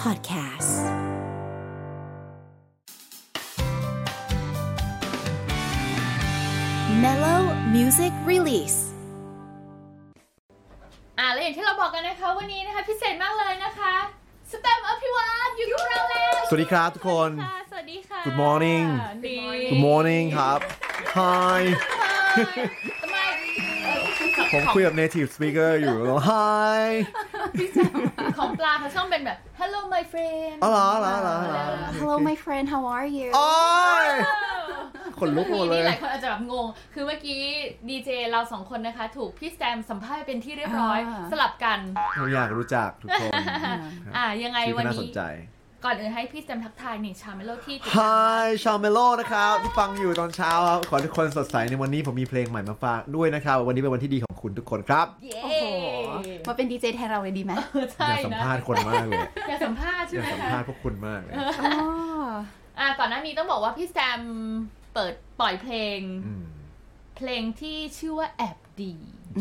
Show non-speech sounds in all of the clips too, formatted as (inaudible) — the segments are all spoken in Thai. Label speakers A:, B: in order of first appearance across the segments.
A: Podcast Mellow Music Release
B: อ่าและอย่างที่เราบอกกันนะคะวันนี้นะคะพิเศษมากเลยนะคะสแตมอภิวัตอยู่กับเราแล้ว
C: สวัสดีครับทุกคน
B: ค่ะสวัสดีค่ะ
C: Good morning
B: ดี
C: Good morning ครับ Hi
B: ทำไม
C: ผมคุยกับ native speaker อยู่แล้ว Hi
B: ของปลาเขาช่องเป็นแบบ Hello my friend
C: อ๋อเหรอเหรอเหรอเหรอ
D: Hello, my friend. How are you?
C: โอ้ยคนลุกหม
B: มี
C: ดเล
B: นี่
C: ย
B: หลายคนอาจจะแบบงง คือเมื่อกี้ดีเจเราสองคนนะคะ ถูกพี่สแตมสัมภาษณ์เป็นที่เรียบร้อย
D: อ่า
B: สลับกัน
C: ผมอยากรู้จักทุกคน
B: อ่ายังไง
C: ชื่อ
B: วัน
C: ก็น่าส
B: นี้
C: นใจ
B: ก่อนอื่นให้พี่สแตมทักทายนี่ชาเมโลที่ติดตาม
C: Hi ชาวเมโลนะครับที่ฟังอยู่ตอนเช้าครับขอให้ทุกคนสดใสในวันนี้ผมมีเพลงใหม่มาฝากด้วยนะครับ วันนี้เป็นวันที่ดีของคุณทุกคนครับ
B: เย้
D: โอ้โห มาเป็นดีเจแทนเราเลยดีไหม
C: อ
B: ใช่
C: ยากสัม
B: นะ
C: ภาษณ์คนมากเลย
B: อยากสัมภาษณ์
C: อ
B: ใช่ไห
C: ยาม กสัม
B: คะ
C: ภาษณ์พวกคุณมากเลย
D: อ๋อ
B: อ่ะก่อนหน้านี้ต้องบอกว่าพี่แซมเปิดปล่อยเพลง
C: อืม
B: เพลงที่ชื่อว่าแอบดี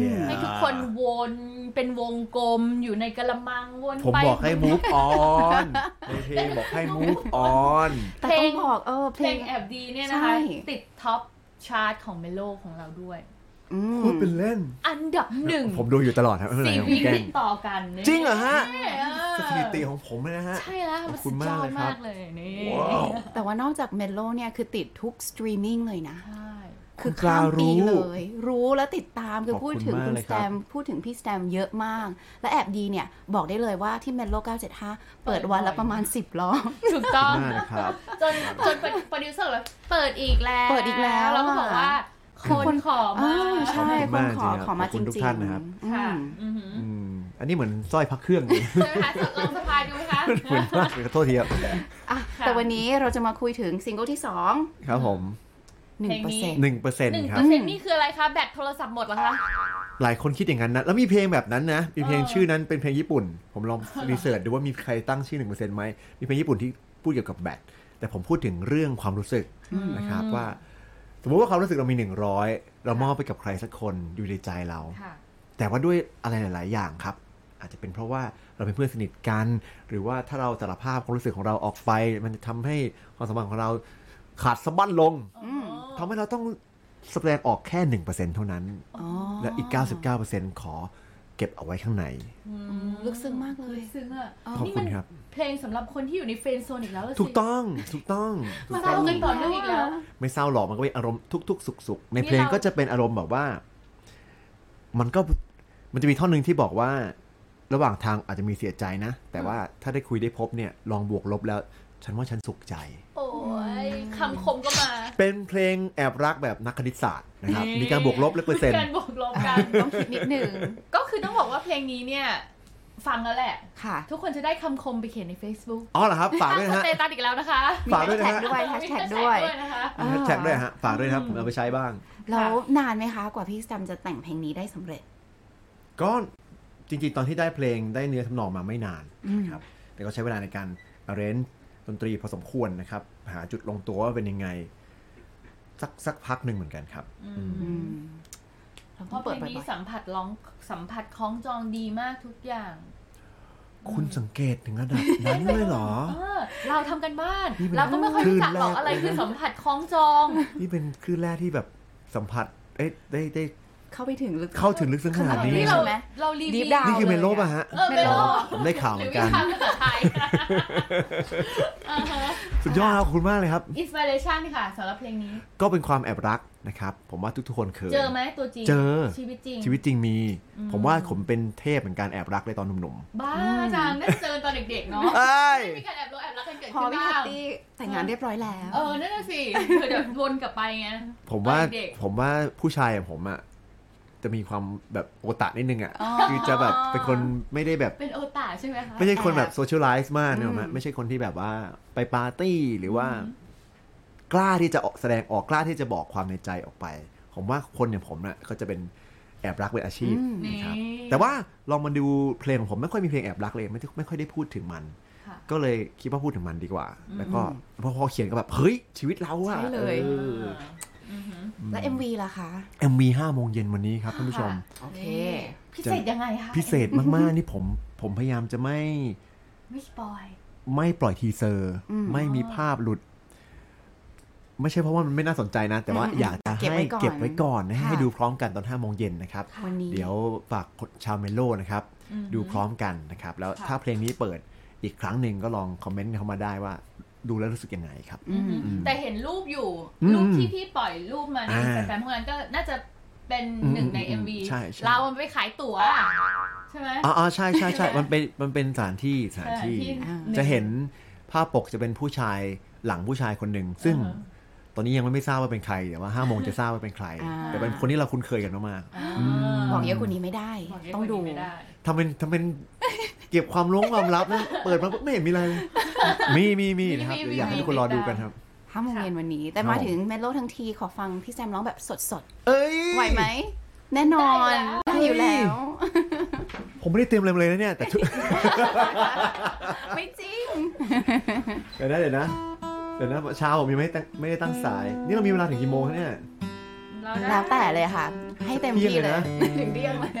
C: Yeah
B: ให้ทุกคนวนเป็นวงกลมอยู่ในกระมังวน
C: ผม
B: ไป
C: บอกให้ move on ในเพลงบอก
B: (laughs)
C: ให้ move on
D: แต่
B: เพล
D: ต้อง งบอกเออเพ
B: เพ
D: ล
B: ล
D: ง
B: งแอบดีเนี่ยนะคะ
D: ใช่
B: ติดท็อปชาร์ตของเมโลของเราด้วย
D: อืม
C: พูดเป็นเล่น
B: อันดับหนึ่ง
C: ผมดูอยู่ตลอดครับไม่เป็นไร
B: สี่
C: ครับผ
B: วี
C: มแกล้
B: ติ
C: ง
B: ดต่อกันนี่ย
C: จริงเหรอฮะ
B: ใช่เออ
C: สถิติของผมเลยนะฮะ
B: ใช่แล้ว
C: ข
B: มั
C: อน บคุ
B: สุ
C: ณ
B: ดย
C: มา
B: อก ด
C: เลยครับ
B: มากเลยนี่
D: แต่ว่านอกจากเมโลเนี่ยคือติดทุกสตรีมมิ่งเลยนะ
B: ใช่
D: คือ
C: คุณกล้า
D: ข้ามปี
C: รู้
D: เลย รู้แล้วติดตามคือ
C: ขอบคุณ
D: พูดถึง
C: มาก
D: คุณ
C: เลย
D: ส
C: ค
D: แต
C: รับ
D: มพูดถึงพี่สแตมเยอะมาก และแอบดีเนี่ย บอกได้เลยว่าที่เมโล975 เปิดวันละประมาณ 10รอบ
B: ถูกต้อง
C: มากนะครับ
B: จนจนโปรดิวเซอร์เลยเปิดอีกแล้ว
D: เปิดอีกแล้ว
B: เราก็บอกว่า คนขอมา
D: อ่าใช่
C: ขอบคุณ
D: คน
C: มาก
D: ขอ
C: จริงๆ
D: ขอมา
C: ขอบ
D: จ
C: คุณทุก
D: ริง
C: ท่านนะครับ
D: ๆอื
B: ค่ะ
D: ม
B: อือหือ
C: อืมอันนี้เหมือนสร้อยพักเครื่อง (laughs) เลย
B: ใช่ไหมคะลองสะพายดูไหมคะ
C: เหมือนมากเลยขอโทษทีครับ
D: อ่ะ
B: ค่ะ
D: แต่วันนี้เราจะมาคุยถึงซิงเกิลที่สอง
C: ครับผม
D: หนึ่ง
B: เพลง
D: เป
B: นี้
D: อร์เซ็นต์
C: หนึ่งเปอร์เซ็
B: ห
C: น
B: นึ่งเปอบ ร์เซ็น
C: ต์ครั
B: ต์นี่คืออะไรคะ แบตโทรศัพท์หมดเหรอคะ
C: หลายคนคิดอย่างนั้นนะ แล้วมีเพลงแบบนั้นนะ มีเพลง
B: เออ
C: ชื่อนั้นเป็นเพลงญี่ปุ่น ผม (laughs) ลองรีเสิร์ชดูว่ามีใครตั้งชื่อหนึ่งเปอร์เซ็นต์ไหม มีเพลงญี่ปุ่นที่พูดเกี่ยวกับแบต แต่ผมพูดถึงเรื่องความรู้สึกนะครับว่า สมมติว่าความรู้สึกเรามีหนึ่งร้อยเรามอบไปกับใครสักคนอยู่ในใจเรา
B: ค่ะ
C: แต่ว่าด้วยอะไรหลาย ๆ อย่างครับ อาจจะเป็นเพราะว่าเราเป็นเพื่อนสนิทกัน หรือว่าถ้าเราสารภาพความรู้สึกของเราออกไป มันจะทำให้ความสัมพันธ์ของเราขาดสะบั้นลงทำให้เราต้องแสดงออกแค่1%เท่านั้น และอีก 99%ขอเก็บเอาไว้ข้างใน
D: ลึกซึ้งมากเลย
B: ลึกซึ้งอ่ะ
C: ขอบ
B: นี่
C: คุ
B: มั
C: ณ
B: น
C: ครับ
B: เพลงสำหรับคนที่อยู่ในเฟรนด์โซนอีกแล้วะสิ
C: ถูกต้องถูกต้องถูก
B: เศ
C: ต้
B: ร้า
C: อง
B: กันต่อเนื่องอีกแล้ว
C: ไม่เศร้าหรอกมันก็เป็นอารมณ์ทุก ๆ สุข ๆ ใน
B: นี่
C: เพลง
B: เรา
C: ก็จะเป็นอารมณ์แบบว่า มันก็มันจะมีท่อนหนึ่งที่บอกว่า ระหว่างทางอาจจะมีเสียใจนะ แต่ว่าถ้าได้คุยได้พบเนี่ยลองบวกลบแล้ว ฉันว่าฉันสุขใจ
B: โอ้ยคำคมก็มา
C: เป็นเพลงแอบรักแบบนักคณิตศาสตร์นะครับ มีการบวกลบและเปอร์เซ็น
B: มี
C: ต์
B: การบวกลบกัน
D: ต้องคิดนิดหนึ่ง
B: ก็คือต้องบอกว่าเพลงนี้เนี่ย ฟังแล้วแหละ
D: ค่ะ
B: ทุกคนจะได้คำคมไปเขียนใน Facebook
C: อ๋อเหรอครับฝากด้วย
B: ส
C: นะฮะ
B: เตตัสอีกแล้วนะคะ
C: ฝากด้วยนะ
D: แท็ก
C: ฮะ
D: ด้วยแฮชแท็กด้วย
B: มี hashtag นะคะ
D: อ่า
C: แฮชแท็กด้วยฮะฝากด้วยนะครับผมเอาไปใช้บ้าง
D: แล้วนานไหมคะ กว่าพี่สแตมจะแต่งเพลงนี้ได้สำเร็จ
C: ก็จริงๆ ตอนที่ได้เพลงได้เนื้อทำนองมาไม่นานนะครับแต่ก็ใช้เวลาในการเรนดนตรีพอสมควรนะครับ หาจุดลงตัวว่าเป็นยังไง สักสักพักหนึ่งเหมือนกันครับ
D: อืมเรา
B: เพ
D: ต้
B: ราะ
D: อง
B: เพ
D: เปิ
B: ล
D: ด
B: ง
D: บ่
B: นี้
D: อย
B: สัมผัสร้องสัมผัสคล้องจองดีมากทุกอย่าง
C: คุณสังเกตถึงระดับนั้นเลยเหรอ
B: เออเราทำกันบ้าน
C: นี่มัน
B: เราก็ไม่ค่อยรู้จักหรอก
C: คลื่นแรก
B: อะไรคือสัมผัสคล้องจอง
C: นี่เป็นคลื่นแรกที่แบบสัมผัสเอ๊ะได้ได้
D: ๆ เข้าไปถึงลึก
C: เข้าถึงลึกซึ้งขนาดนี้
B: นี่
D: ข
B: เรา
D: ด ใช่ไหม
B: เรารีวิว
D: Deep down
C: นี่คือเมโลป่ะฮะ
B: เออเมโล
C: อ๋อผมได้ข่าว
B: ห
C: เห
B: รื
C: มื
B: อ
C: อน
B: วิ
C: กัน
B: ชาภาษาไทย
C: สุดยอดครับขอบคุณมากเลยครับ
B: อินสปิเรชันค่ะสำหรับเพลงนี้
C: ก็เป็นความแอบรักนะครับ ผมว่าทุกๆคนเคย
B: เจอไหมตัวจริง
C: เจอ
B: ชีวิตจริง
C: ชีวิตจริงมี ผมว่าผมเป็นเทพเหมือนการแอบรักเลยตอนหนุ่ม
B: บ้าจังน่าจะเจอตอนเด็กๆเนาะ
C: ๆเอ้ย
B: มีการแอบรู้แอบรักกันเกิด
D: พอ
B: ขึ้น
D: พี่
B: บ้า
D: แฮต
B: ง
D: ตี้แต่งงานเรียบร้อยแล้ว
B: เออนั่นน่ะสิเธอเดี๋ยววนกลับไปไง
C: ผมว่า
B: ตอนเด็ก
C: ผมว่าผู้ชายอย่างผมอะจะมีความแบบโอตะนิดนึงอะ
D: อ๋อ
C: คือจะแบบเป็นคนไม่ได้แบบ
B: เป็นโอตาใช่ไหมคะ
C: ไม่ใช่คนแบบโซเชียลไลซ์มาก
D: อืม
C: เนกออกไหมไม่ใช่คนที่แบบว่าไปปาร์ตี้หรือว่า กล้าที่จะออกแสดงออกกล้าที่จะบอกความในใจออกไป ผมว่าคนอย่างผมน่ะก็จะเป็นแอบรักเป็นอาชีพนะครับ
B: นี่
C: แต่ว่าลองมาดูเพลงของผมไม่ค่อยมีเพลงแอบรักเลยไม่ไม่ค่อยได้พูดถึงมัน
B: ค่ะ
C: ก็เลยคิดว่าพูดถึงมันดีกว่า แล้วก็พอพอเขียนก็แบบเฮ้ยชีวิตเราอะ
D: ใช่เลย
C: ออ
D: และ MV ล่ะคะ
C: MV ห้าโมงเย็นวันนี้ครับท่านผู้ชม
D: โอเค
B: พิเศษยังไงคะ
C: พิเศษมาก ๆ นี่ผมผมพยายามจะไม่
B: ไม่สปอย
C: ไม่ปล่อยทีเซอร์
D: อืม
C: ไม่มีภาพหลุด ไม่ใช่เพราะว่ามันไม่น่าสนใจนะ แต่ว่า
D: อืม
C: อยากจะ
D: เก็บ
C: ให้
D: ไว้ก่อน
C: เก็บไว้ก่อนนะ
D: ค่ะ
C: ให้ดูพร้อมกันตอนห้าโมงเย็นนะครับ
D: วันนี้
C: เดี๋ยวฝากชาวเมโลนะครับ
B: อืม
C: ดูพร้อมกันนะครับ แล้ว
B: ค่ะ
C: ถ้าเพลงนี้เปิดอีกครั้งหนึ่งก็ลองคอมเมนต์เข้ามาได้ว่า ดูแล้วรู้สึกยังไงครับ
D: อืม
C: อืม
B: แต่เห็นรูปอยู่
C: อืม
B: รูปที่พี่ปล่อยรูปมาใน
C: อ่า
B: สแตมพวกนั้นก็น่าจะเป็น
C: อืม
B: หนึ่งใน
C: อืม
B: MV
C: ใช่ใช่
B: เรามันไปขายตั๋วใช่ไหม
C: อ๋ออ๋อใช่ใช่ใช่มันเป็นมันเป็นสถานที่สถานที่
B: ที่
D: อ่า
B: ง
C: จะเห็นภาพปกจะเป็นผู้ชายหลังผู้ชายคนหนึ่ง ซึ่ง
B: อ่าฮะ
C: ตอนนี้ยังไม่ทราบว่าเป็นใครแต่ว่าห้าโมงจะทราบว่าเป็นใคร
D: อ่า
C: แต่เป็นคนที่เราคุ้นเคยกันมาก
B: อ่า
D: บอกเยอะกว่านี้ไม่ได้
B: บอกเยะ
D: ต้องดู
B: กว่านี้ไม่ไ
C: ๆทำเป็นทำเป็นเก็บความรู้ความลับนะเปิดมาปุ๊บไม่เห็นมีอะไรเลยมีมีมี
B: มี
C: นะครับ
B: มี
C: เดี๋ยวอยากให้
B: มี
C: ทุกคน
B: มี
C: รอ
B: ติ
C: ดู
B: ด
C: กัน
B: ตาม
C: ครับ
D: ห้าโมงเย็นวันนี้ แต่
C: ครับ
D: มาถึงเมโลทั้งทีขอฟังพี่แซมร้องแบบสด
C: เอ้ย
D: ๆ ไหวไหม แน่นอน
C: ได้
D: ได้
C: อ
D: อยู่ ยู่
C: แล้
D: แล้ว ว
C: ผมไม่ได้เตรียมอะไรมาเลยนะเนี่ยแต่
D: ไม่จริง
C: (laughs) เดี๋ยวนะเดี๋ยวนะเดี๋ยวนะเช้าผมยังไม่ได้ตั้งไม่ได้ตั้งสาย นี่เรามีเวลาถึงกี่โมงคะเนี่ย
B: เราได้
D: แล้วแต่เลยค่ะ ให้เต็มที่เลย
C: เที่ยงเลยนะ
D: ถึงเที่ยงเลย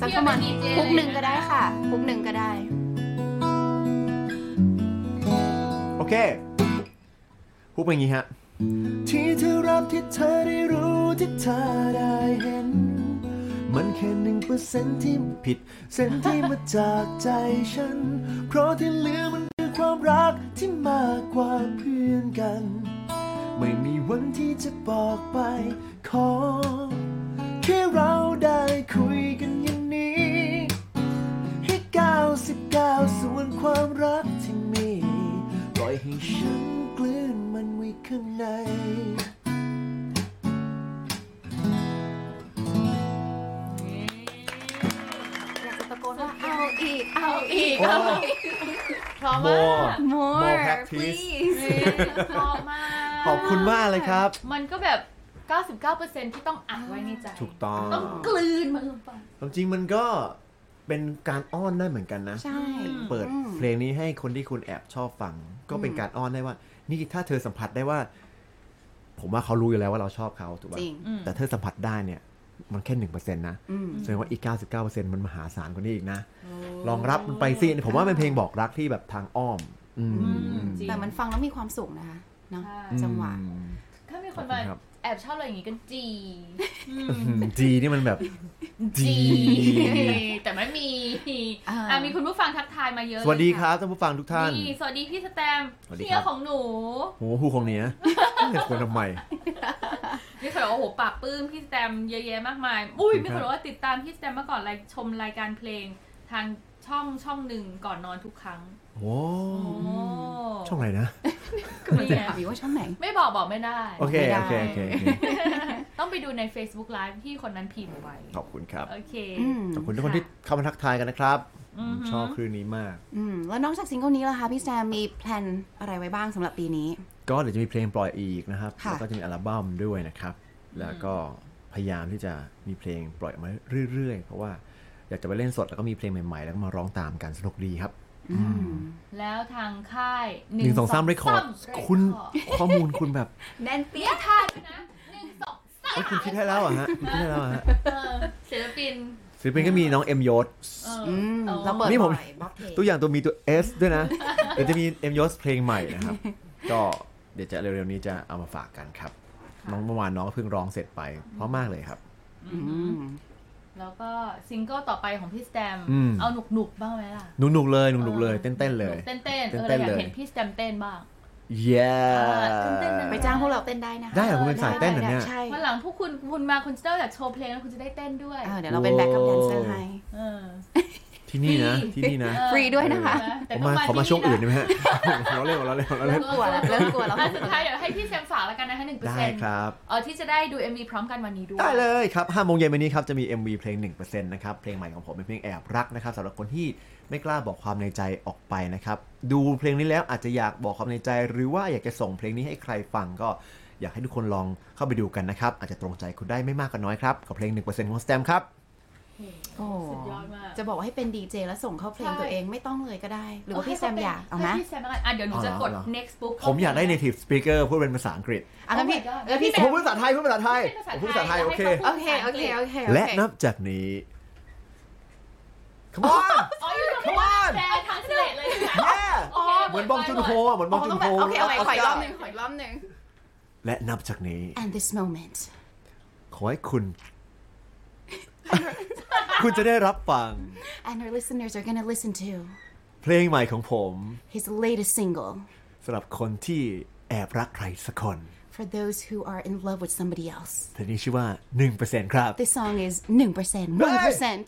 D: สักประมาณคุกหนึ่งก็ได้ค่ะคุกหนึ่งก็ได้
C: โอเคพูดเป็นอย่างนี้ฮะ ที่เธอรับที่เธอได้รู้ที่เธอได้เห็น มันแค่หนึ่งเปอร์เซ็นที่ผิด เส้นที่มาจากใจฉัน เพราะที่เหลือมันคือความรักที่มากกว่าเพื่อนกัน ไม่มีวันที่จะบอกไป ขอ แค่เราได้คุยกันอย่างนี้ ให้99ส่วนความรักที่มีปล่อยให้ฉันกลืนมันไว้ข้างใน
D: อยากจะตะโกนว่าเอาอีก เอาอีก
C: โอ้
D: เอา
C: ย
D: อีก
B: พร้อม
C: โม
B: มาก
D: more
C: More practice (laughs)
D: please
B: ชอบมาก
C: ขอบคุณมากเลยครับ
B: มันก็แบบ 99%ที่ต้องอัดไว้ในใจ
C: ถูกต้อง
B: ต้องกลืนมันลงไป
C: ความจริงมันก็เป็นการอ้อนได้เหมือนกันนะ
D: ใช่
C: เปิด
D: อืม
C: เพลงนี้ให้คนที่คุณแอบชอบฟัง ก็เป็นการอ้อนได้ว่า นี่ถ้าเธอสัมผัสได้ว่า ผมว่าเขารู้อยู่แล้วว่าเราชอบเขาถูก
D: จ
C: ป่ะ
D: ริง
B: อืม
C: แต่เธอสัมผัสได้เนี่ย มันแค่หนึ่งเปอร์เซ็นต์นะ
D: อืม
C: แสดงว่าอีก 99%มันมหาศาลกว่านี้อีกนะ ลองรับมันไปสิผมว่ามันเพลงบอกรักที่แบบทางอ้อม อืม
B: อืมจริง
D: แต่มันฟังแล้วมีความสุขนะคะเนาะ
B: ใช่
D: จังหวะ
B: ถ้ามีคนมา
C: ขอบคุณครับ
B: แอบชอบอะไรอย่างงี้กันจี
C: (laughs) จีนี่มันแบบ จี
B: จี (laughs) แต่ไม่มี
D: อ่า
B: อ่ามีคุณผู้ฟังทักทายมาเยอะ
C: สวัสดี
B: เลย
C: ครับท่านผู้ฟังทุกท่าน
B: นี่สวัสดีพี่สแตม
C: สวัสดี
B: เฮี
C: ครั
B: ย
C: บ
B: ของหนู
C: โหผู้ของเนี้ยเนี่ยควรทำไม
B: มีคนบอกว่าโอ้โหปรับปลื้มพี่สแตมเยอะแยะมากมาย อุ้ย
C: ขอบคุณ
B: มี
C: ค
B: ครับ นบอกว่าติดตามพี่สแตมมาก่อนรายชมรายการเพลงทางช่องช่องหนึ่งก่อนนอนทุกครั้ง
C: โอ้
B: โอ้
C: ช่องไหนนะ
D: มันจะถามอยู่ว่าช่องไหน
B: ไม่บอกบอกไม่ได้
C: โอเค
D: ไม่ได้
C: โอเค โอเคโอเค
B: ต้องไปดูใน Facebook Live ที่คนนั้นพิมพ์ไว้
C: ขอบคุณครับ
B: โอเค
D: อืม
C: ขอบคุณทุกคนที่เข้ามาทักทายกันนะครับ
B: อือหือ
C: ชอบคลื่นนี้มาก
D: อืม แล้วนอกจากซิงเกิลนี้ล่ะคะพี่แซมมีแพลนอะไรไว้บ้างสำหรับปีนี้
C: ก็เดี๋ยวจะมีเพลงปล่อยอีกนะครับ
D: ค่ะ
C: แล้วก็จะมีอัลบั้มด้วยนะครับ แล้วก็พยายามที่จะมีเพลงปล่อยออกมาเรื่อยๆ เพราะว่าอยากจะไปเล่นสดแล้วก็มีเพลงใหม่ๆ แล้วก็มาร้องตามกันสนุกดีครับ
D: อืม
B: แล้วทางค่าย
C: หนึ่งสองสามเรคคอร์ดคุณ ข้อมูล (laughs) คุณแบบ
B: แนนเปี้ยท่าด้วยนะหนึ่งสองสาม
C: เอ้ยคุณคิดให้แล้วอ่ะฮะคุณคิดให้แล้วอะฮะ
B: เออ (laughs) ศิลปิน
C: ศิลปินก็มีน้องเอ็มยศ
B: เออ
D: อืม
B: อ
D: เราเปิด
C: นี่ผม
D: บ่อยบล็อกเพจ
C: ตัวอย่างตัวมีตัว S ด้วยนะ (laughs) เดี๋ยวจะมีเอ็มยศเพลงใหม่นะครับ ก็เดี๋ยวจะเร็วๆนี้จะเอามาฝากกันครับ น้องเมื่อวานน้องก็เพิ่งร้องเสร็จไปเพราะมากเลยครับ
B: อื
D: อื
B: ม
D: ม
B: แล้วก็ซิงเกิลต่อไปของพี่สแตม
C: อืม
B: เอาหนุกหนุกๆบ้างไหมล่ะ
C: หนุกๆเลยหนุกๆเลยเต้นๆเลย
B: เต้นเต้นๆเออ
C: เต้
B: เรา
C: นๆ
B: อยา
C: เล
B: ก
C: ย
B: เห็นพี่สแตมเต้นบ้าง
C: Yeah
B: เออเต้นๆนะ
D: ไปจ้างพวกเราเต้นได้นะคะ
C: ได้เหรอคุณเป็นสายเต้นเหรอเนี่ย
D: ได้ได้ใช่
B: วันหลังพวกคุณคุณมาคุณจะได้แบบโชว์เพลงแล้วคุณจะได้เต้นด้วย
D: อ่าเดี๋ยวเราเป็นแบ็คกราวด์แดนเซอร์ให้
B: เออ
C: ที่นี่นะที่นี่นะ
B: เออ
D: ฟรีด้วยนะคะ
B: แต่
C: ผม
B: ต้
C: มา
B: อง
C: ขอมาช่วง
B: ที่ะ
C: อื่นได้ไหมฮะ เราเล่นเราเล่นเราเล่น
D: กลัวแล้วเริ่มกลัวแล้ว
B: อ่ะสุดท้ายเดี๋ยวให้พี่แซมฝากแล้วกันนะคะหนึ่งเปอร์
C: ได้
B: เซ็นต์
C: ครับ
B: เออที่จะได้ดู MV พร้อมกันวันนี้ด้วย
C: ได้เลยครับ5โมงเย็นวันนี้ครับ จะมี MV เพลง 1%นะครับ เพลงใหม่ของผมเป็นเพลงแอบรักนะครับสำหรับคนที่ไม่กล้าบอกความในใจออกไปนะครับ ดูเพลงนี้แล้วอาจจะอยากบอกความในใจ หรือว่าอยากจะส่งเพลงนี้ให้ใครฟังก็อยากให้ทุกคนลองเข้าไปดูกันนะครับ อาจจะตรงใจคุณได้ไม่มากก็น้อยครับ กับเพลง 1%ของสแตมครับ
D: โอ้
B: สุดยอดมาก
D: จะบอกว่าให้เป็นดีเจแล้วส่งเข้าเพลงตัวเองไม่ต้องเลยก็ได้ หรือว่าพี่แซมอยากเอาไหม
B: ให้พี่แซมแล้วกันอ่ะเดี๋ยวหนูจะกด
C: เอาเหรอ
B: next book
C: ผมอยากได้ native speaker พูดเป็นภาษาอังกฤษ
D: อ่ะงั้นพี่
B: Oh my god
D: เออพี่แซ
C: ผม
D: ม
C: พูดภาษาไทยพูดภาษาไทยผมพูดภาษาไทยโอเค
D: โอเคโอเคโอเคโอเค
C: และนับจากนี้ Come on
B: อ๋ออยู่ต
C: Come on
B: แปลทางเสลดเลยนะ
C: yeah
B: โอเค
C: เหมือนบองจุนโฮอะเหมือนบองจุนโฮ
D: โอเคเอาใหม่ขออีกรอบหนึ่
C: อ
D: ง
C: อสกา
D: ขออีกรอบหนึ่ง
C: ร์และนับจากนี้
D: and this moment
C: ขอให้คุณ คุณจะได้รับฟัง
D: and our listeners are gonna listen to
C: เพลงใหม่ของผม
D: his latest single
C: สำหรับคนที่แอบรักใครสักคน
D: for those who are in love with somebody else
C: เธอนี้ชื่อว่า 1%ครับ
D: this song is 1%
C: (laughs)
D: 1%
C: yeah
B: ไปฟังกัน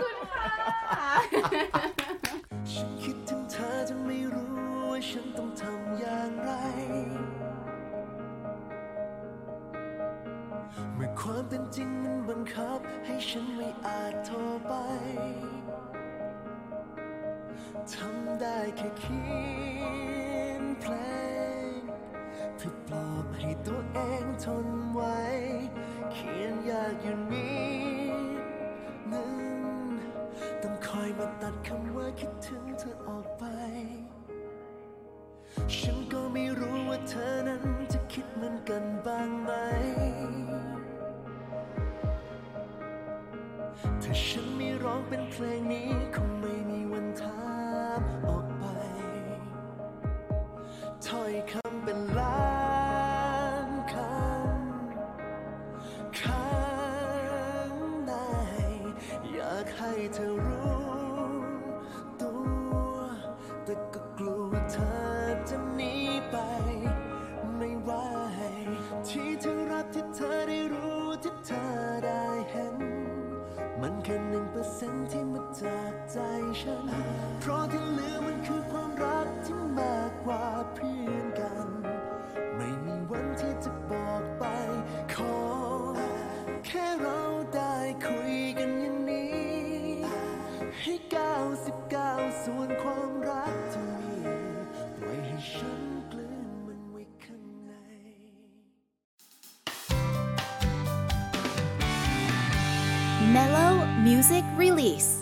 B: เลยค่ะ
E: ฉันคิดถึงเธอจนไม่รู้ว่าฉันต้องทำอย่างไร เมื่อความเป็นจริงมันบังคับ ให้ฉันไม่อาจโทรไป ทำได้แค่เขียนเพลงเพื่อปลอบให้ตัวเองทนไว้ เขียนยากอยู่นิดหนึ่ง ต้องคอยมาตัดคำว่าคิดถึงเธอออกไป ฉันก็ไม่รู้ว่าเธอนั้นจะคิดเหมือนกันบ้างไหม ถ้าฉันไม่ร้องเป็นเพลงนี้ คงไม่มีวันถามออกไป ถ้อยคำเป็นล้านคำข้างในอยากให้เธอรู้ตัว แต่ก็กลัวเธอจะหนีไป ไม่ไหวที่เธอรับที่เธอได้รู้ที่เธอได้เห็น มันแค่หนึ่งเปอร์เซ็นที่มาจากใจฉัน เพราะที่เหลือมันคือความรักที่มากกว่าเพื่อนกัน ไม่มีวันที่จะบอกไป ขอ แค่เราได้คุยกันอย่างนี้ ให้99ส่วนความรักที่มีปล่อยให้ฉันกลืนมันไว้ข้างใน
A: Mellow Music Release.